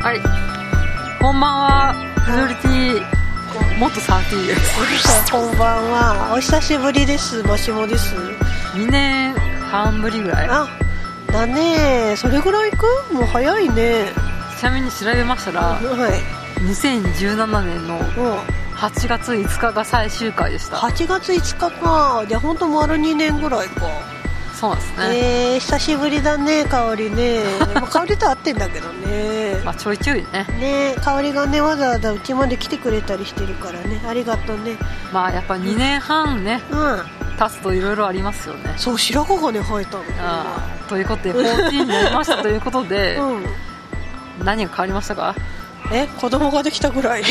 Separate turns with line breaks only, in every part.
はい。こんばんは。フジョリティ、もっとサーティーです。
こんばんは。お久しぶりです。マシモです。
2年半ぶりぐらい。
あ、だねそれぐらいかもう早いね。
ちなみに調べましたら、
は
2017年の
い。もう、
8月5日が最終回でした。
8月5日か。で、ほんと丸2年ぐらいか。
そうなんですね。
えー、久しぶりだね、香り ね。まあ、香りと会ってんだけどね。
まあちょいちょいね。
ね香りがね、わざわざうちまで来てくれたりしてるからね。ありがとうね。
まあやっぱ2年半ね、
うん。
経つといろいろありますよね。
そう、白髪がね、生えたの。
あーということで、14になりましたということで、
うん。
何が変わりましたか
え、子供ができた ぐらい。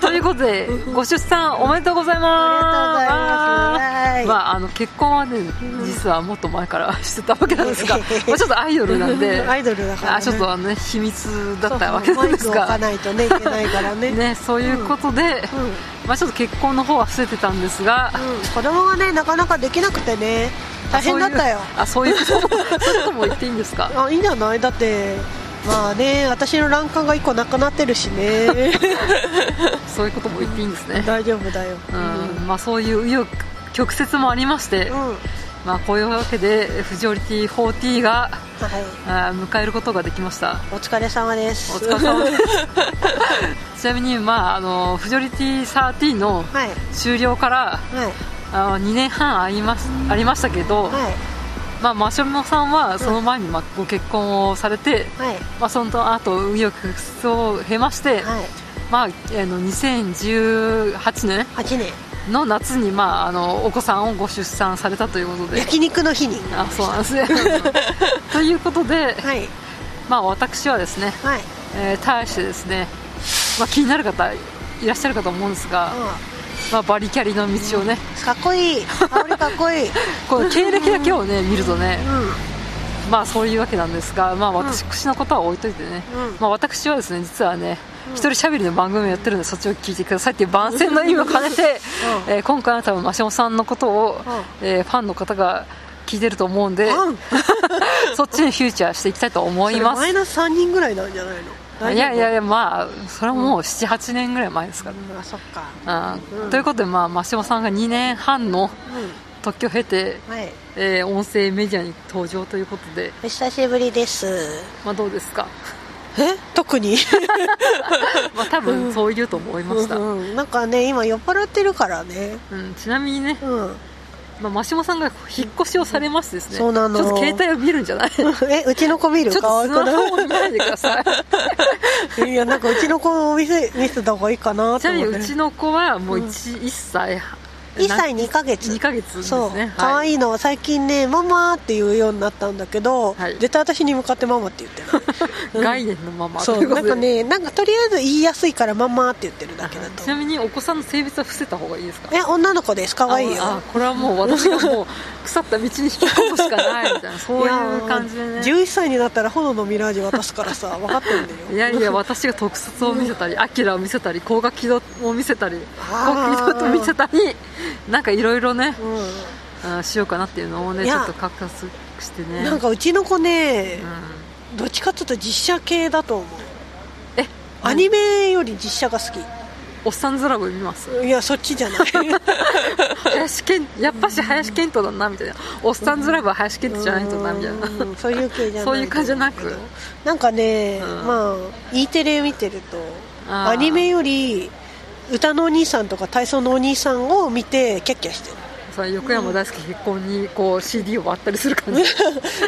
ということで、ご出産おめでとうございます。
ありがとうございます
あーまあ、あの結婚はね、実はもっと前からしてたわけなん ですが、まあちょっとアイドルなんで、
アイドルだから、ね。
あちょっとあの、ね、秘密だったわけ
そうそ
な
うんマ
で
イク
す
置か
が、
ないとねいけないからね
ね、そういうことで、
うん、うん、
まあ、ちょっと結婚の方は伏せてたんですが、
子供がねなかなかできなくてね大変だったよ
あそういうあそういうことそういうことも言っていいんですか
あいいんじゃないだってまあね私の欄干が1個なくなってるし ね
そういうことも言っていいんですね、
大丈夫だよ
うんまあ、そういう紆余曲折もありまして、
うん、うん
まあ、こういうわけでフジオリティ40が
はい
あー迎えることができました
お疲れ様です
お疲れ様ですちなみに、まあ、あのフジョリティ13の
はい
終了から
はい
あの2年半ありますありましたけど、
はい
まあ、マシュマロさんはその前に、まあ、ご結婚をされて、
はい
まあ、その後紆余曲折を経まして、
はい
まあ、あの2018年
8年
の夏に、まあ、あのお子さんをご出産されたということで。
焼肉の日に
あそうなんですね ということで、
はい
まあ、私はですね、
はい
えー対してですね、まあ、気になる方いらっしゃるかと思うんですが、
う
まあ、バリキャリの道をね、
んかっこい い香りかっこいい
この経歴だけをね見るとね
う、んうん
まあそういうわけなんですが、まあ私のことは置いといてね、
うん
まあ私はですね、実はね、一人しゃべりの番組をやってるんで、そっちを聞いてくださいっていう番宣の意味を兼ねて、
うん
えー今回は多分、マシモさんのことを、えーファンの方が聞いてると思うんで、
うん
そっちにフューチャーしていきたいと思いま
それマイ
す。
ナス3人ぐらいなんじゃないの大丈夫
いやいやいや、まあ、それはもう7、8年ぐらい前ですから。
うんあそっか
あー
うん
ということで、まあ、マシモさんが2年半の
う
特許を経て、
んはい
えー音声メディアに登場ということで、
お久しぶりです
まあ、どうですか、
え特に
まあ、多分そう言うと思いました、
うんうんなんかね今酔っ払ってるからね
うん、ちなみにね、
うん
まあ、マシモさんが引っ越しをされましてですね
そうなの
ちょっと携帯を見るんじ ゃないちょっ
えうちの子見る
とス
かわいく
マ
な
ホを見ないでくださ い
いいやなんかうちの子を見せ見せた方がいいかな
ち
と
なみに
思って
うちの子はもう 1,、一歳
1歳2ヶ月
2ヶ月ですね
そう
はい
可愛いのは最近ねママって言うようになったんだけど
はい
絶対私に向かってママって言っ てないうん
概念のまま
そ
といううこ
な
と
ん
で
かねなんかとりあえず言いやすいからママって言ってるだけだと
ちなみにお子さんの性別は伏せた方がいいですか
え女の子です可愛いよ
ああこれはもう私がもう腐った道に引き込むしかない みたいなそういう感じでね
いやー11歳になったら炎のミラージュ渡すからさ分かってるんだよ
いやいや私が特撮を見せたり、アキラを見せたり、高画機動を見せたり、
あー
高機動を見せたり、なんかいろいろね、
う
あーしようかなっていうのをね、
い
ち
や
ょっと確活して
ん、
ね。
なんかうちの子ね
うん、、
どっちかっていうと実写系だと思う
え、
アニメより実写が好き
おっさんずラブ見ます。
いやそっちじ ゃない
林健、やっぱし林健人だなみたいな。おっさんずラブは林健人じゃないとなみたいな。
うんそういう系じゃない
そういう感じじゃなく
なんかね、
うん
まあ E テレ見てると
あー
アニメより歌のお兄さんとか体操のお兄さんを見てキャッキャしてる
そう横山大輔結婚にこう CD を割ったりする感じ。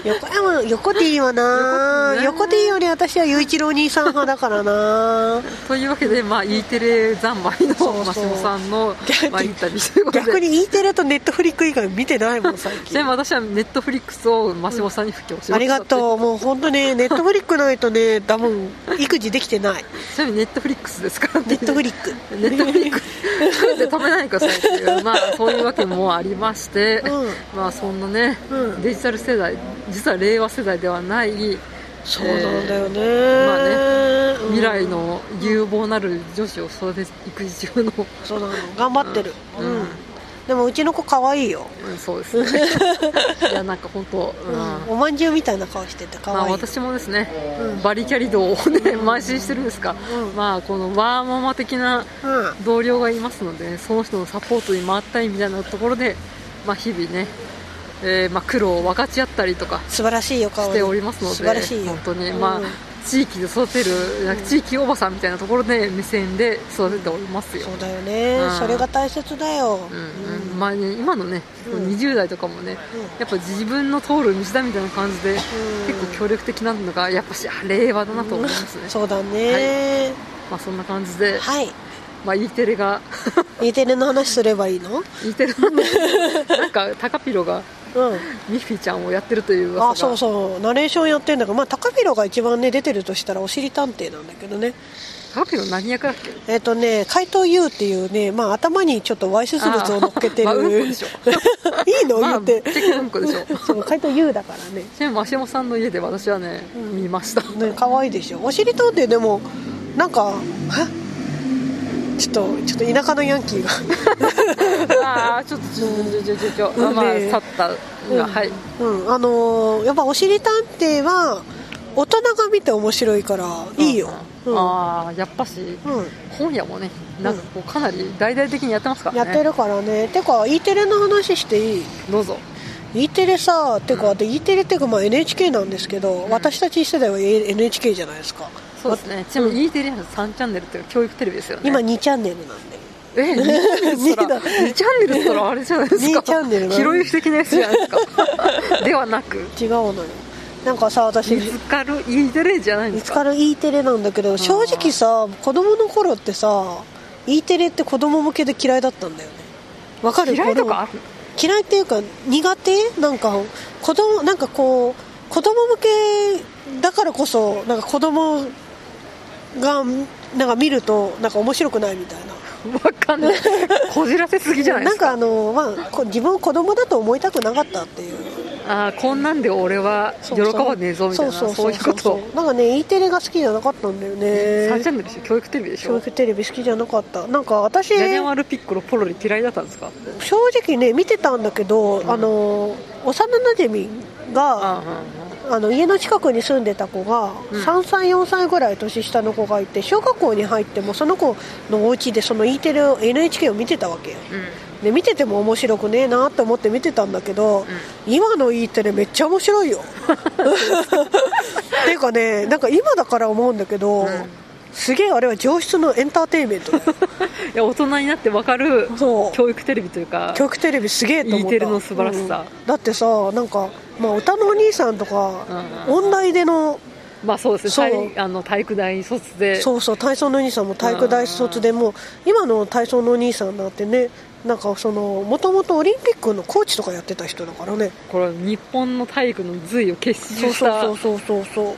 横山横でいいわな
横手ね
横でいいより私は雄一郎兄さん派だから な
というわけで、まあ E テレ三昧
そ
の
う
マシ
そう
モさんの
逆に
まあインタビューということで。
逆に E テレとネットフリック以外見てないもん最
ちなみ
近
に私はネットフリックスをマシモさんに布教しました、
ありがとうもう本当ねネットフリックないとね多分育児できてない
ちなみにネットフリックスですから
ネットフ
リ
リック
ネットフリックスで食べないかさっていうまあそういうわけもありまして、
うん
まあそんなね、
うん
デジタル世代実は令和世代ではない
そうなんだよね、
ま
うん
未来の有望なる女子を育てていく一応の、
そうなの頑張ってる、う
うんん
でもうちの子可愛いよ、
うん、そうです ねいやなんか本当、うん
うんおまんじゅうみたいな顔してて可
まあ
愛い、
私もですね、
うん
バリキャリ道をね邁進してるんですか、
うん
まあこのワーママ的な
うん
同僚がいますので、その人のサポートに回ったりみたいなところで、まあ、日々ね、えーまあ、苦労を分かち合ったりとか
素晴らしいよ顔
しておりますの
素晴
で
らしいよ
本当に、
うん
まあ、地域で育てるなんか地域おばさんみたいなところで目線で育てておりますよ
そ、うだよね、
うん
それが大切だよ、
うんうんまあね、今のね
うん
20代とかもね
うん
やっぱ自分の通る道だみたいな感じで
ん
結構協力的なのがやっぱしあ令和だなと思いますね、
そうだね
まあ、そんな感じで、
はい、
まあ、E テレ が
E テレの話すればいいの
E テレのなんか高ピロが
うん
ミッフィーちゃんをやってるという噂が
あそうそうナレーションやってんだからまあ高ロが一番ね出てるとしたらおしり探偵なんだけどね
高ピロ何役だっけ
えっ、とね怪盗 U っていうねまあ頭にちょっとわいすす物を乗っけてる、
あーまあうんこでしょ
いいの
ま
言
あ
っ
ぶってちゃけうんこでしょ
そう怪盗 U だからね
ちなみにマシモさんの家で私はね、見ました
ね可愛いでしょおしり探偵でもなんかえちょっとちょっと田舎のヤンキーが
ああちょっとちょちょちょちょちょ、まあ、去
ね
った、
うん
はい
うんあのーやっぱおしり探偵は大人が見て面白いからいいよ、
う
うんん
ああやっぱし、
うん
本屋もねなんかこうかなり大々的にやってますから
や
ね
ってるからねてか E テレの話していい
どうぞ
E テレさてかで E テレっていうかまあ NHK なんですけど、私たち世代は NHK じゃないですか
そうですねちなみに E テレは3チャンネルっていう教育テレビですよね
今2チャンネルなんで
え2チャンネルっつったら2チャンネルっつったらあれじゃないですか
二チャンネルなの
広い的なやつじゃないですかではなく
違うのよなんかさ私
見つかる E テレじゃないんで
見
す
つ
か
かる E テレなんだけど正直さ子供の頃ってさ E テレって子供向けで嫌いだったんだよねわかる
嫌いとかあ
子
る
供嫌いっていうか苦手なんか子供なんかこう子供向けだからこそなんか子供がなんか見るとなんか面白くないみたいな
わかんないこじらせすぎじゃないで
な
す
んか
か
あの、まあ、こ自分を子供だと思いたくなかったっていう
ああこんなんで俺は喜
そうそう
ばねえぞみたいなそういうことを
なんかね E テレが好きじゃなかったんだよね
3チャンネルでしょ教育テレビでし
教
ょ
育テレビ好きじゃなかったなんか
ジ
私
ャニャマルピッコロポロリ嫌いだったんですか
正直ね見てたんだけど、あの幼なじみが、
あ
あの家の近くに住んでた子が、
うん
3歳4歳ぐらい年下の子がいて小学校に入ってもその子のお家でその E テレを NHK を見てたわけよ
あうん
で見てても面白くねえなと思って見てたんだけど、今の E テレめっちゃ面白い よっていうかねなんか今だから思うんだけど、
ん
すげえあれは上質のエンターテインメン トだよ
いや大人になって分かる
そう
教育テレビというか
教育テレビすげえと思った
E テレの素晴らしさ
うんだってさなんか、まあ、歌のお兄さんとか、
うん
音大での
まあそうです
そう
ね体あの体育大卒で
そうそう体操のお兄さんも体育大卒でもう今の体操のお兄さんなんてねなんかそのもともとオリンピックのコーチとかやってた人だからね
これ日本の体育の髄を結
そう
集し
そ
た
うそうそうそうそう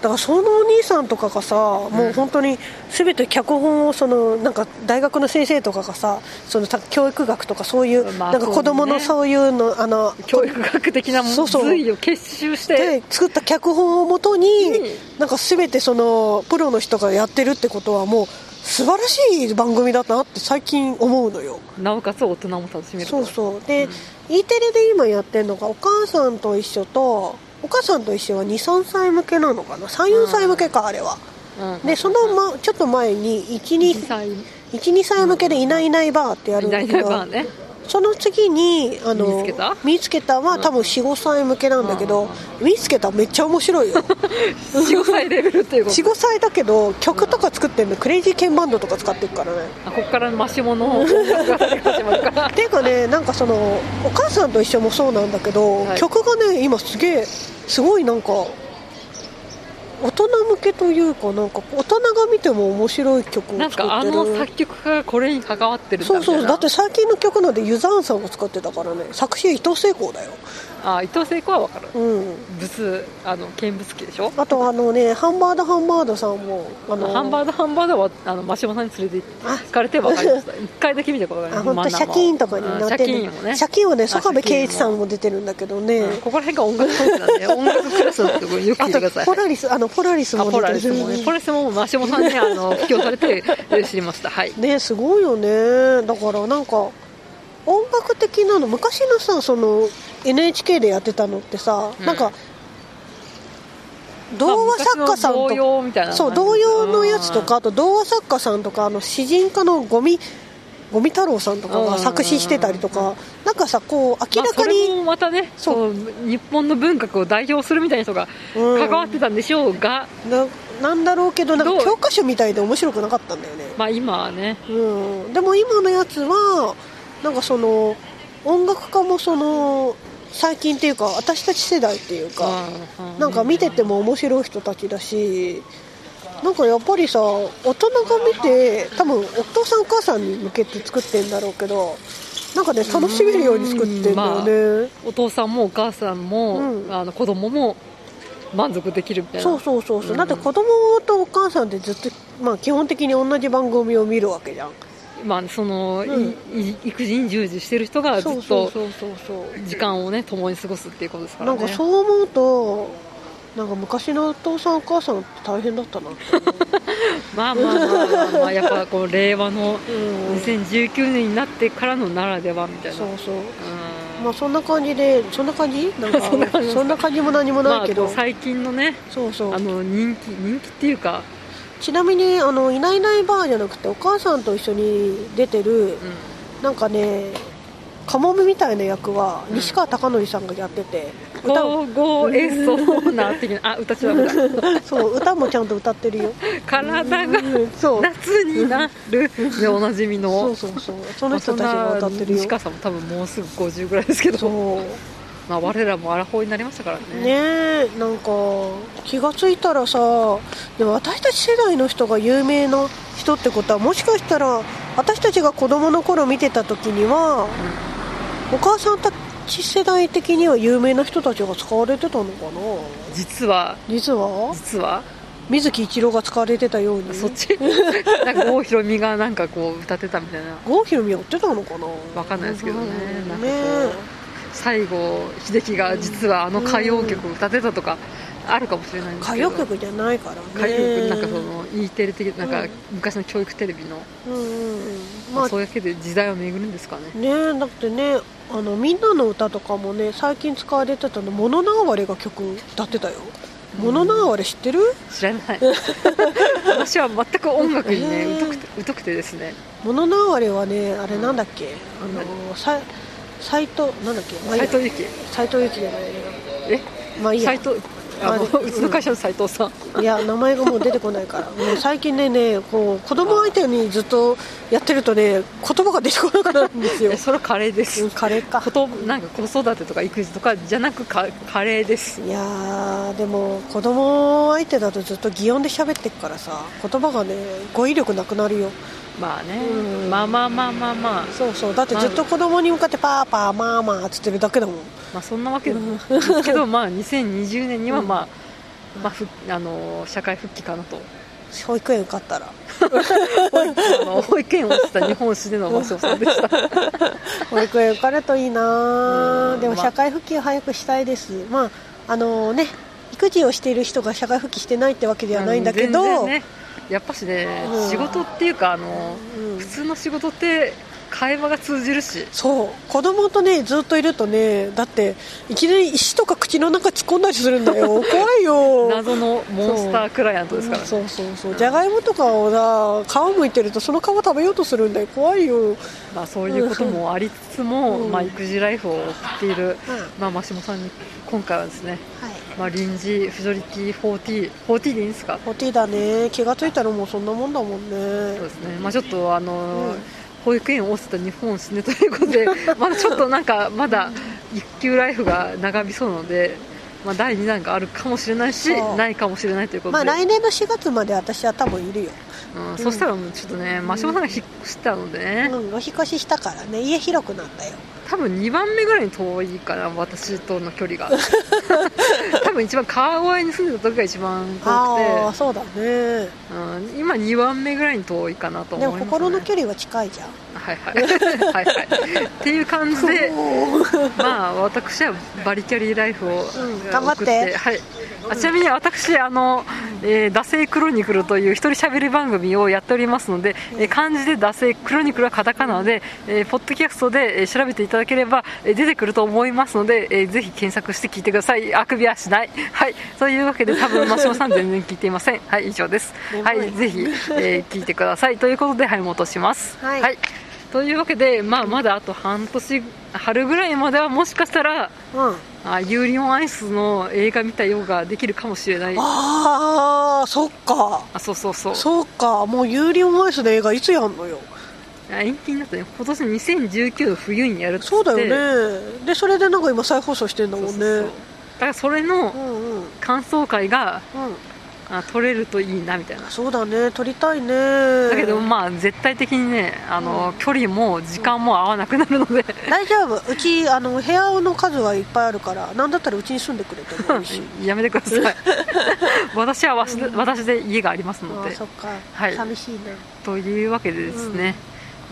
だからそのお兄さんとかがさ、もう本当に全て脚本をそのなんか大学の先生とかがさそのた教育学とかそういう、
まあ
なんか子供のそういうのあの
教育学的な
そうそう
髄を結集して
で作った脚本をもとに、
うん
なんか全てそのプロの人がやってるってことはもう素晴らしい番組だなって最近思うのよ
なおかつ大人も楽しめる
そうそうで、E テレで今やってるのが「お母さんと一緒」と「お母さんと一緒」は23歳向けなのかな34歳向けかあれは、
うん
でその、ま、ちょっと前に
実
12
際
歳向けで「いないいないバー」ってやるんだ
大
け
体
ど
はね
その次にあの
見つけた
見つけたは多分45歳向けなんだけど、見つけためっちゃ面白い よ
45歳レベルっていうこと
45歳だけど曲とか作ってるのクレイジーケンバンドとか使ってるからね
あここからマシモの音楽が始まるから
っていうかねなんかその「お母さんと一緒」もそうなんだけど、
はい
曲がね今すげえすごいなんか大人向けというかなんか大人人が見ても面白い曲を
な
作
ん
ってる
かあの作曲家がこれに関わってるんだ
そう
みたい
そう
な
だって最近の曲のでユザーンさんが使ってたからね作詞伊藤聖光だよ
あ伊藤聖子は分かる
うん
仏あの見物記でしょ
あとあのねハンバードハンバードさんもあの
ハンバードハンバードはあのマシモさんに連れて行って
あ
聞かれて分かりました 一回だけ見たことが
あ
ある
本当シャキーンとかになって
シャキ
る
ーンもね
シャキーンはね
シャキーン
坂部圭一さんも出てるんだけどね、
うんここら辺が音楽コース なんで音楽クラスのところによく
あ
聞いてくだ
と
さい
ポラリスあのポラリス
あ
も
ポ
出
ラレ
てる
スもねポラレスもマシモさんにあの布教されてえー知りましたはい
ねすごいよねだからなんか音楽的なの昔のさその NHK でやってたのってさ、
うん
なんか童話作家さん
まあ昔の童
と
謡みたいな
そう童謡のやつとかあと童話作家さんとかあの詩人家のゴミゴミ太郎さんとか
うんうんう
が
ん
作詞してたりとかなんかさこう明
明
ら
ら
か
かに、
に、
まあ、それもまたね
そ
そう日本の文学を代表するみたいな人が
うん
関わってたんでしょうが、
ななんだろうけどなん
ど
か
う
教科書みたいで面白くなかったんだよね、
まあ今はね
うん、でも今のやつはなんかその音楽家もその最近っていうか私たち世代っていうか、
う
なんか見てても面白い人たちだしなんかやっぱりさ大人が見て多分お父さんお母さんに向けて作ってんだろうけどなんかね楽しめるように作ってんだよね、
お父さんもお母さんも、
うん
あの子供も満足できるみたいな
そうそうそうそう、だって子供とお母さんってずっと、まあ、基本的に同じ番組を見るわけじゃん
まあその、
うん
いい育児に従事してる人がず
そう
っ
そう
と
そうそうそう
時間をね共に過ごすっていうことですから
なん
ね
かそう思うとなんか昔のお父さんお母さんって大変だったなって
まあまあまあまあ、まあ、やっぱこう令和の
思う、うん、
2019年になってからのならではみたいな
そうそう
うん
まあそんな感じでそんな感じなんか
そんな感じ
そんな感じも何も
ま
な
あ
いけ
こ
ど、
う最近のね
そうそ
あ
う
の人気人気っていうか、
ちなみにあのいないいないばあじゃなくてお母さんと一緒に出てる、
う
なんかねカモメみたいな役は
うん
西川貴教さんがやってて、
ん、ゴーゴー演奏な的なあ歌ちゃダメ だ
歌そう歌もちゃんと歌っ てるよ
体が
うんそう
夏になるでおなじみの
そうそうそうそ
ま
の
あ
人
そん
たちが歌ってる
な
よ
西川さんも多分もうすぐ50ぐらいですけど、
そう
まあ、我らもアラフォーになりましたからね
ねえなんか気がついたらさでも私たち世代の人が有名な人ってことはもしかしたら私たちが子供の頃見てた時にはお母さんたち世代的には有名な人たちが使われてたのかな
実は
実は
実は
水木一郎が使われてたように
そっち なんか郷ひろみがなんかこう歌ってたみたいな
郷ひろみやってたのかな
わかんないですけどね
うん
なんかこう
ね
西郷秀樹が実はあの歌謡曲を歌ってたとかあるかもしれないん
え
です
歌
けど
謡曲じゃないからね
歌謡曲なんかその E テレ的なんか昔の教育テレビの、
うんうんうん
ま
ま
あ、
あ
そういうわけで時代を巡るんですかね
ねえだってねあのみんなの歌とかもね最近使われてたの「モノナワレ」が曲歌ってたよ「モノナワレ」知ってる
知ら ない私は全く音楽にね
うん
疎くて疎くてですね
「モノナワレ」はねあれなんだっけあのさ斎藤なんだっけ
斎藤由貴
斎藤由貴じゃないね
え
まあいいや
斎藤あの
まあ
うちの会社の斎藤さん
いや名前がもう出てこないからもう最近ねねこう子供相手にずっとやってるとね言葉が出てこなくなるんです よ
えそれカレーです
うんカレーか
ことなんか子育てとか育児とかじゃなくかカレーです
いやーでも子供相手だとずっと擬音で喋ってっからさ言葉がね語彙力なくなるよ
まあね
うん
まあまあまあまあまあ
そうそうだってずっと子供に向かってパーパーマーマーっつってるだけだもん
まあそんなわけですけどまあ2020年にはまあまあふあの社会復帰かなと
保育園受かったら
あの保育園をした日本史での場所さんでした
保育園受かるといいな
うん
ーでも
まあ
社会復帰を早くしたいですまああのね育児をしている人が社会復帰してないってわけではないんだけ
全
ど、
然ねやっぱしね
うん
仕事っていうかあの
うん
普通の仕事って会話が通じるし
そう子供とねずっといるとねだっていきなり石とか口の中突っ込んだりするんだ よ怖いよ
謎のモンスタークライアントですからね
そうそうそうじゃがいもとかをさ皮むいてるとその皮食べようとするんだよ怖いよ
まあそういうこともありつつも
うん
まあ育児ライフを送っているまあマシモさんに今回はですね
はい
まあ臨時フジョリティ4040 40でいいんですか
ホティだね気がついたらもうそんなもんだもんね
そうですね、まあ、ちょっとあの、
うん
保育園を落ちた日本死ねと いうことで、まだちょっとなんか、まだ一級ライフが長引きそうなので、まあ、第2弾があるかもしれないし
そう
ないかもしれないということ
まあ
で、
来年の4月まで私は多分いるよ、
うん、そしたらもうちょっとね真島さんが引っ越したのでね、
うん、お引越ししたからね家広くなったよ
多分2番目ぐらいに遠いかな私との距離 が多分一番川越に住んでた時が一番
ああ
遠
ーそうだね
くて、うん、今2番目ぐらいに遠いかなと思
で
い
も
ます、ね、
心の距離は近いじゃん
はいはいはいはいっていう感じで
おー
まあ私はバリキャリーライフを、
ん頑張って
送はい、あちなみに私あの、えー「惰性クロニクル」という一人喋り番組をやっておりますので、えー漢字で「惰性クロニクル」はカタカナで、えーポッドキャストで、えー調べていただければ、えー出てくると思いますので、えーぜひ検索して聞いてくださいあくびはしないはいというわけで多分真島さん全然聞いていませんはい以上です
眠い
はいぜひ、えー聞いてくださいということではい戻します
はい
というわけで、まあ、まだあと半年春ぐらいまではもしかしたら
うん
あユーリオンアイスの映画見たようができるかもしれないあ
ああそっか
そうそうそう
そっかもう有料マイスの映画いつやんのよ
あ延期になったね今年2019の冬にやるっつって
そうだよねでそれでなんか今再放送してんだ
そう
も
そうんそ
ね
うだからそれの
うんうんうん
感想会があ撮れるといいなみたいな
そうだね撮りたいね
だ
だ
けどまあ絶対的にねあの、距離も時間も合わなくなるので、
大丈夫うちあの部屋の数はいっぱいあるから何だったらうちに住んでくれ てもいいし
やめてくだ さい私は私で私で家があります
あ
の
あ
で
そっか、
はい
寂しい
というわけでですね、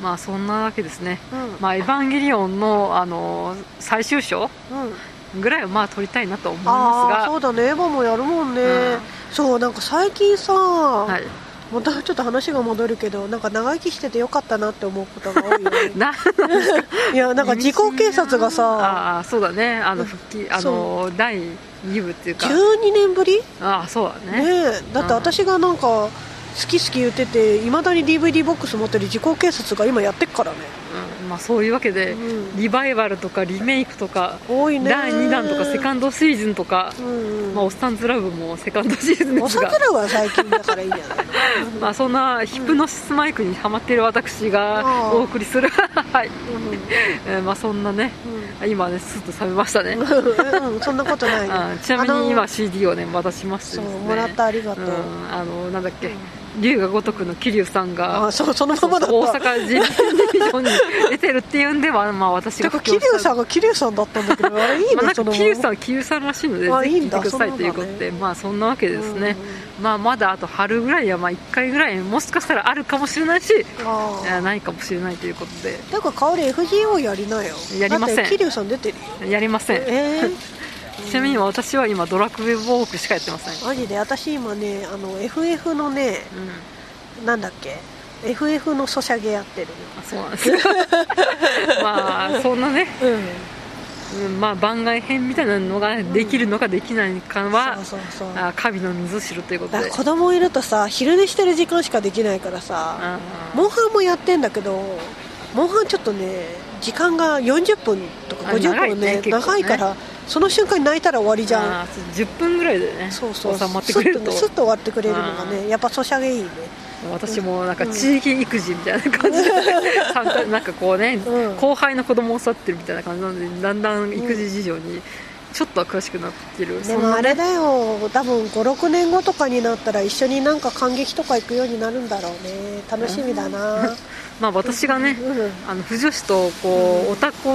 まあそんなわけですね、
なうん、
まあ、エヴァンゲリオンの、あの最終章
うん、
ぐらいはまあ撮りたいなと思います
ああ
が
そうだねエヴァもやるもんね、
うん
そうなんか最近さ、
はい、
またちょっと話が戻るけどなんか長生きしててよかったなって思うことが多い よね
ない
や なんか自己警察がさ
ああそうだねあの復帰あ
そ
の第2部っていうか
12年ぶり
ああそうだね
ねえだって私がなんか好き好き言ってていまだに DVD ボックス持ってる自己警察が今やってっからね
うんまあ、そういうわけで、
うん
リバイバルとかリメイクとか
多いね
第2弾とかセカンドシーズンとか、
うんうん
まあ、オッサンズラブもセカンドシーズン
お
ですが
桜は最近だからいいんじゃない
まあ、そんなヒプノシスマイクにハマっている私が
うん
お送りする、 はいえーまあ、そんなね
うん
今ねスッと冷めましたね
うん、うん、そんなことないね
あちなみに
あ
今
の
CD をね渡しまして
そ
で
う
すね
もらったありがとう、
うん、あのなんだっけ龍が如くの桐生さん
あ
が
そうそのま
そう
まだ
大
った
阪 J リーグに出てるっていうんで は、まあ、私
て
が
か
布
桐
教
生
した
さんが桐生さんだったんだけどあれいい
まあ、な
ね
ん
そ
か
の
桐生さんは桐生さんらしいので
あ
ぜひ
いい
聞
ん
いて
だ
くださいということ
そうなん
でまあそんなわけでですね、
う
まあ、まだあと春ぐらいはまあ1回ぐらいもしかしたらあるかもしれないし
あ
いやないかもしれないということ
あだから香り FGO やりなよ
やりません
だって桐生さん出てるよ
でやりません
えー、
ちなみに私は今ドラクエウォークしかやってません、
マジで私今ねあの FF のね
うん、
なんだっけ FF のソシャゲやってる
あそうなん ですよまあそんなね
うん
うんまあ、番外編みたいなのができるのかできないのかは、
そうそうそうだか
あ神の水知るということ
ら
で
子供いるとさ昼寝してる時間しかできないからさ
あー
モンハンもやってんだけどモンハンちょっとね時間が40分とか
あ長
50
い
分
ね
ね
結構ね
長いからその瞬間に泣いたら終わりじゃん
あーそう10分ぐらいでね
そうそう
収まってくれると
スッとねスッと終わってくれるのが
う
ねやっぱソシャゲいいね
私もなんか地域育児みたいな感じで、参加なんかこうね、
うん
後輩の子供を育ってるみたいな感じなのでだんだん育児事情にちょっとは詳しくなってる、
で
そん
も
な
あれだよ多分56年後とかになったら一緒になんか感激とか行くようになるんだろうね楽しみだな、
まあ私がね、
うん
あの不女子とこう、オタクを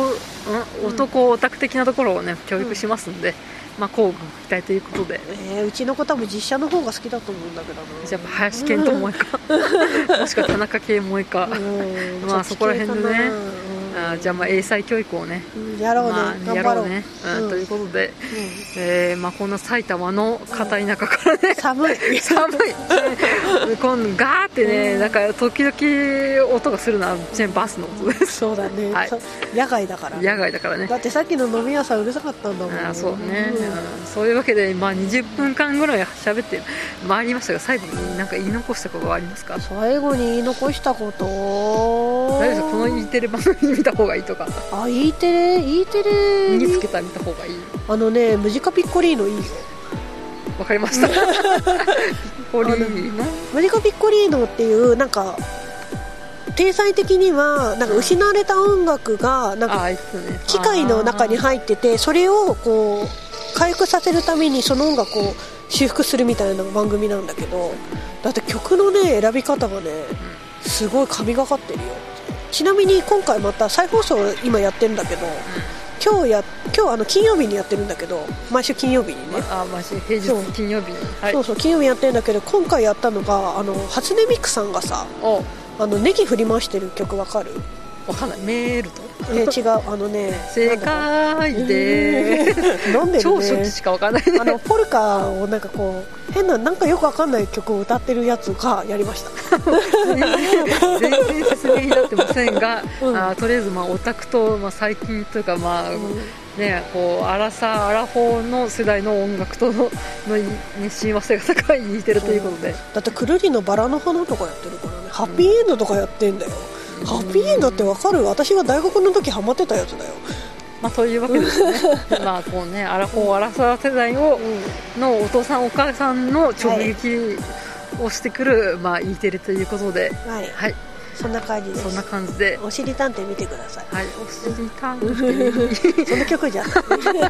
ん男オタク的なところをね教育しますんで、まあ交互期待ということで
えーうちの子多分実写の方が好きだと思うんだけどな
じゃあ林健智也かもしくは田中圭萌か、
うん
まあそこら辺でねあ
う
ーじゃあまあ英才教育をね
んやろうね、
まあ、
頑
や
張ろ
ろ
う
うね、うん
うん
ということで、
う
えーまあ、こんな埼玉の片田舎からね
ん、寒い
寒いこのガーってね、
うん
なんか時々音がするのは全然バスの音です
そうだね、
はい
そ野外だから
野外だからね
だってさっきの飲み屋さんうるさかったんだもん
あーそうね、うんそういうわけで、まあ、20分間ぐらい喋って回りましたが最後に何か言い残したことはありますか
最後に言い残したこと
大丈夫ですこの E テレ番組見た方がいいとか
あ E テレ E テレ
につけたら見た方がいい
あのねムジカピッコリーノいいよ
わかりま したポリーの
ムジカピッコリーノっていうなんか天才的にはなんか失われた音楽がなん
あ
か
あいつね
機械の中に入っててそれをこう回復させるためにその音楽を修復するみたいな番組なんだけどだって曲のね選び方がねすごい神がかってるよちなみに今回また再放送今やってるんだけど今日や今日あの金曜日にやってるんだけど毎週金曜日にね
あまあ平日
そう
金曜日にはい
そうそう金曜日やってるんだけど今回やったのがあの初音ミクさんがさ
お
あのネギ振り回してる曲わかる
わかんないメールと
えー違うあのね
正解で
ー飲んでるね
超初期しかわかんない
あのポルカをなんかこう変ななんかよくわかんない曲を歌ってるやつがやりました
全然説明になってませんが、
うん
あーとりあえずまあオタクと、まあ、最近というか、まあね、こうアラサーアラフォーの世代の音楽とののいに親和性が高い似てる ということで、
だってくるりのバラの花とかやってるからねハッピーエンドとかやってんだよ、ハッピーエンドってわかる私が大学の時ハマってたやつだよ、
まあ、というわけです ねまあこうねアラフォーアラサー世代をのお父さんお母さんの直撃をしてくる、まあ、E テレということで、
はい
はい、
そんな感じです
そんな感じで。
おしり探偵見てください
はい、お尻探 偵
その曲じゃない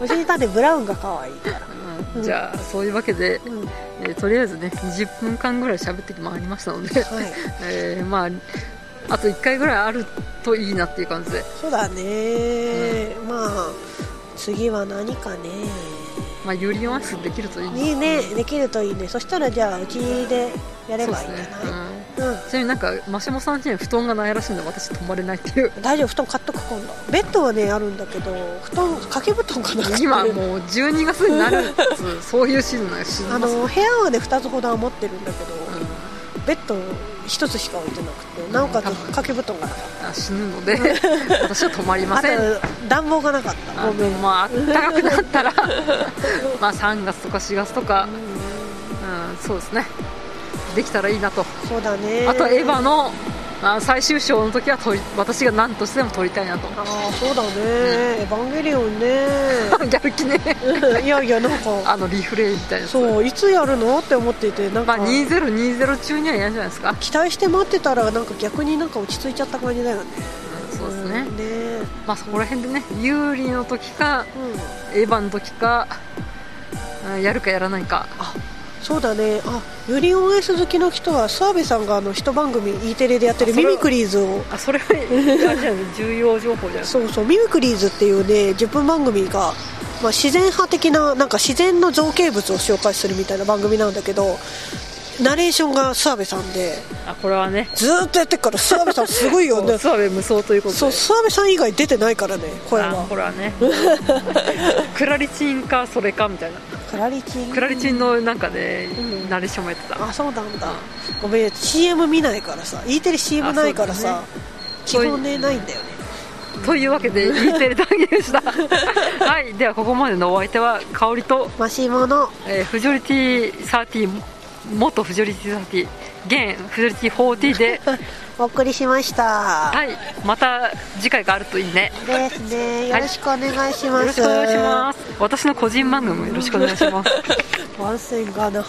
おしり探偵ブラウンが可愛いから、
うんじゃあそういうわけで、
うんは
えーとりあえずね20分間ぐらい喋ってまいりましたので、
い、
えーまああと1回ぐらいあるといいなっていう感じで、
そうだね、まあ次は何かね
まあ、有利音質できるといい
いいねできるといいねそしたらじゃあうちでやれ
そうで
ば
す
いいんじ
ね
ゃない、
うん
うん
ちなみになんかマシモさん家に布団がないらしいんで私泊まれないって いう
大丈夫布団買っとく今度ベッドはねあるんだけど布団掛け布団かなか
今もう12月になるっつそういうシーズンなんです
あ
ま
の
す
部屋はね2つほどは持ってるんだけど、
う
ベッド1つしか置いてなくてなおかつ
うん
掛け布団がなかっ
んあ死ぬの で私は泊まり
た
ま
あ
せん
と暖房がなかった
あ
ごめ
で
ん
もまあ暖かくなったら まあ3月とか4月とか、うん、そうですねできたらいいなと
そうだね
あとエヴァのあ最終章の時は撮り私が何としても撮りたいなと
ああそうだね、エヴァンゲリオンね
やる気ね
うんいやいやなんか
あのリフレイみたいなう
そういつやるのって思っていてなん
ま
か、
あ2020中にはやるんじゃないですか、
期待して待ってたらなんか逆になんか落ち着いちゃった感じだよね
うんそうですね、
んね
まあそこら辺でね有利の時か
うん
エヴァの時かうんやるかやらないか
あそうだねあユリオンエス好きの人は澤部さんがあの一番組 E テレでやってる
あ
ミ
それ
ミクリーズを
あそれはあれじゃない 重要情報じゃないですか
そうそうミミクリーズっていうね10分番組が、まあ、自然派的ななんか自然の造形物を紹介するみたいな番組なんだけどナレーションが澤部さんで
あこれはね
ずーっとやってるから澤部さんすごいよ ね
諏訪部無双ということで
そう澤部さん以外出てないからね声
あ
は
これは ねクラリチンかそれかみたいな
クラリチン
クラリチンのなんかで、
ん
ナレーションもやってた
あそうなんだごめん CM 見ないからさ E テレ CM ないからさ、基
そうだね
本ねないんだよね
というわけ で E テレ談義でしたはいではここまでのお相手は香りと、
マシモの
えーフジョリティ30元フジョリティ30現フジョリティ40で
お送りしました。
はいまた次回があるといいね
ですね。よろしくお願いし
よ
ます。
ろしくお願いします私の個人番組もよろしくお願いします
す。番宣がな。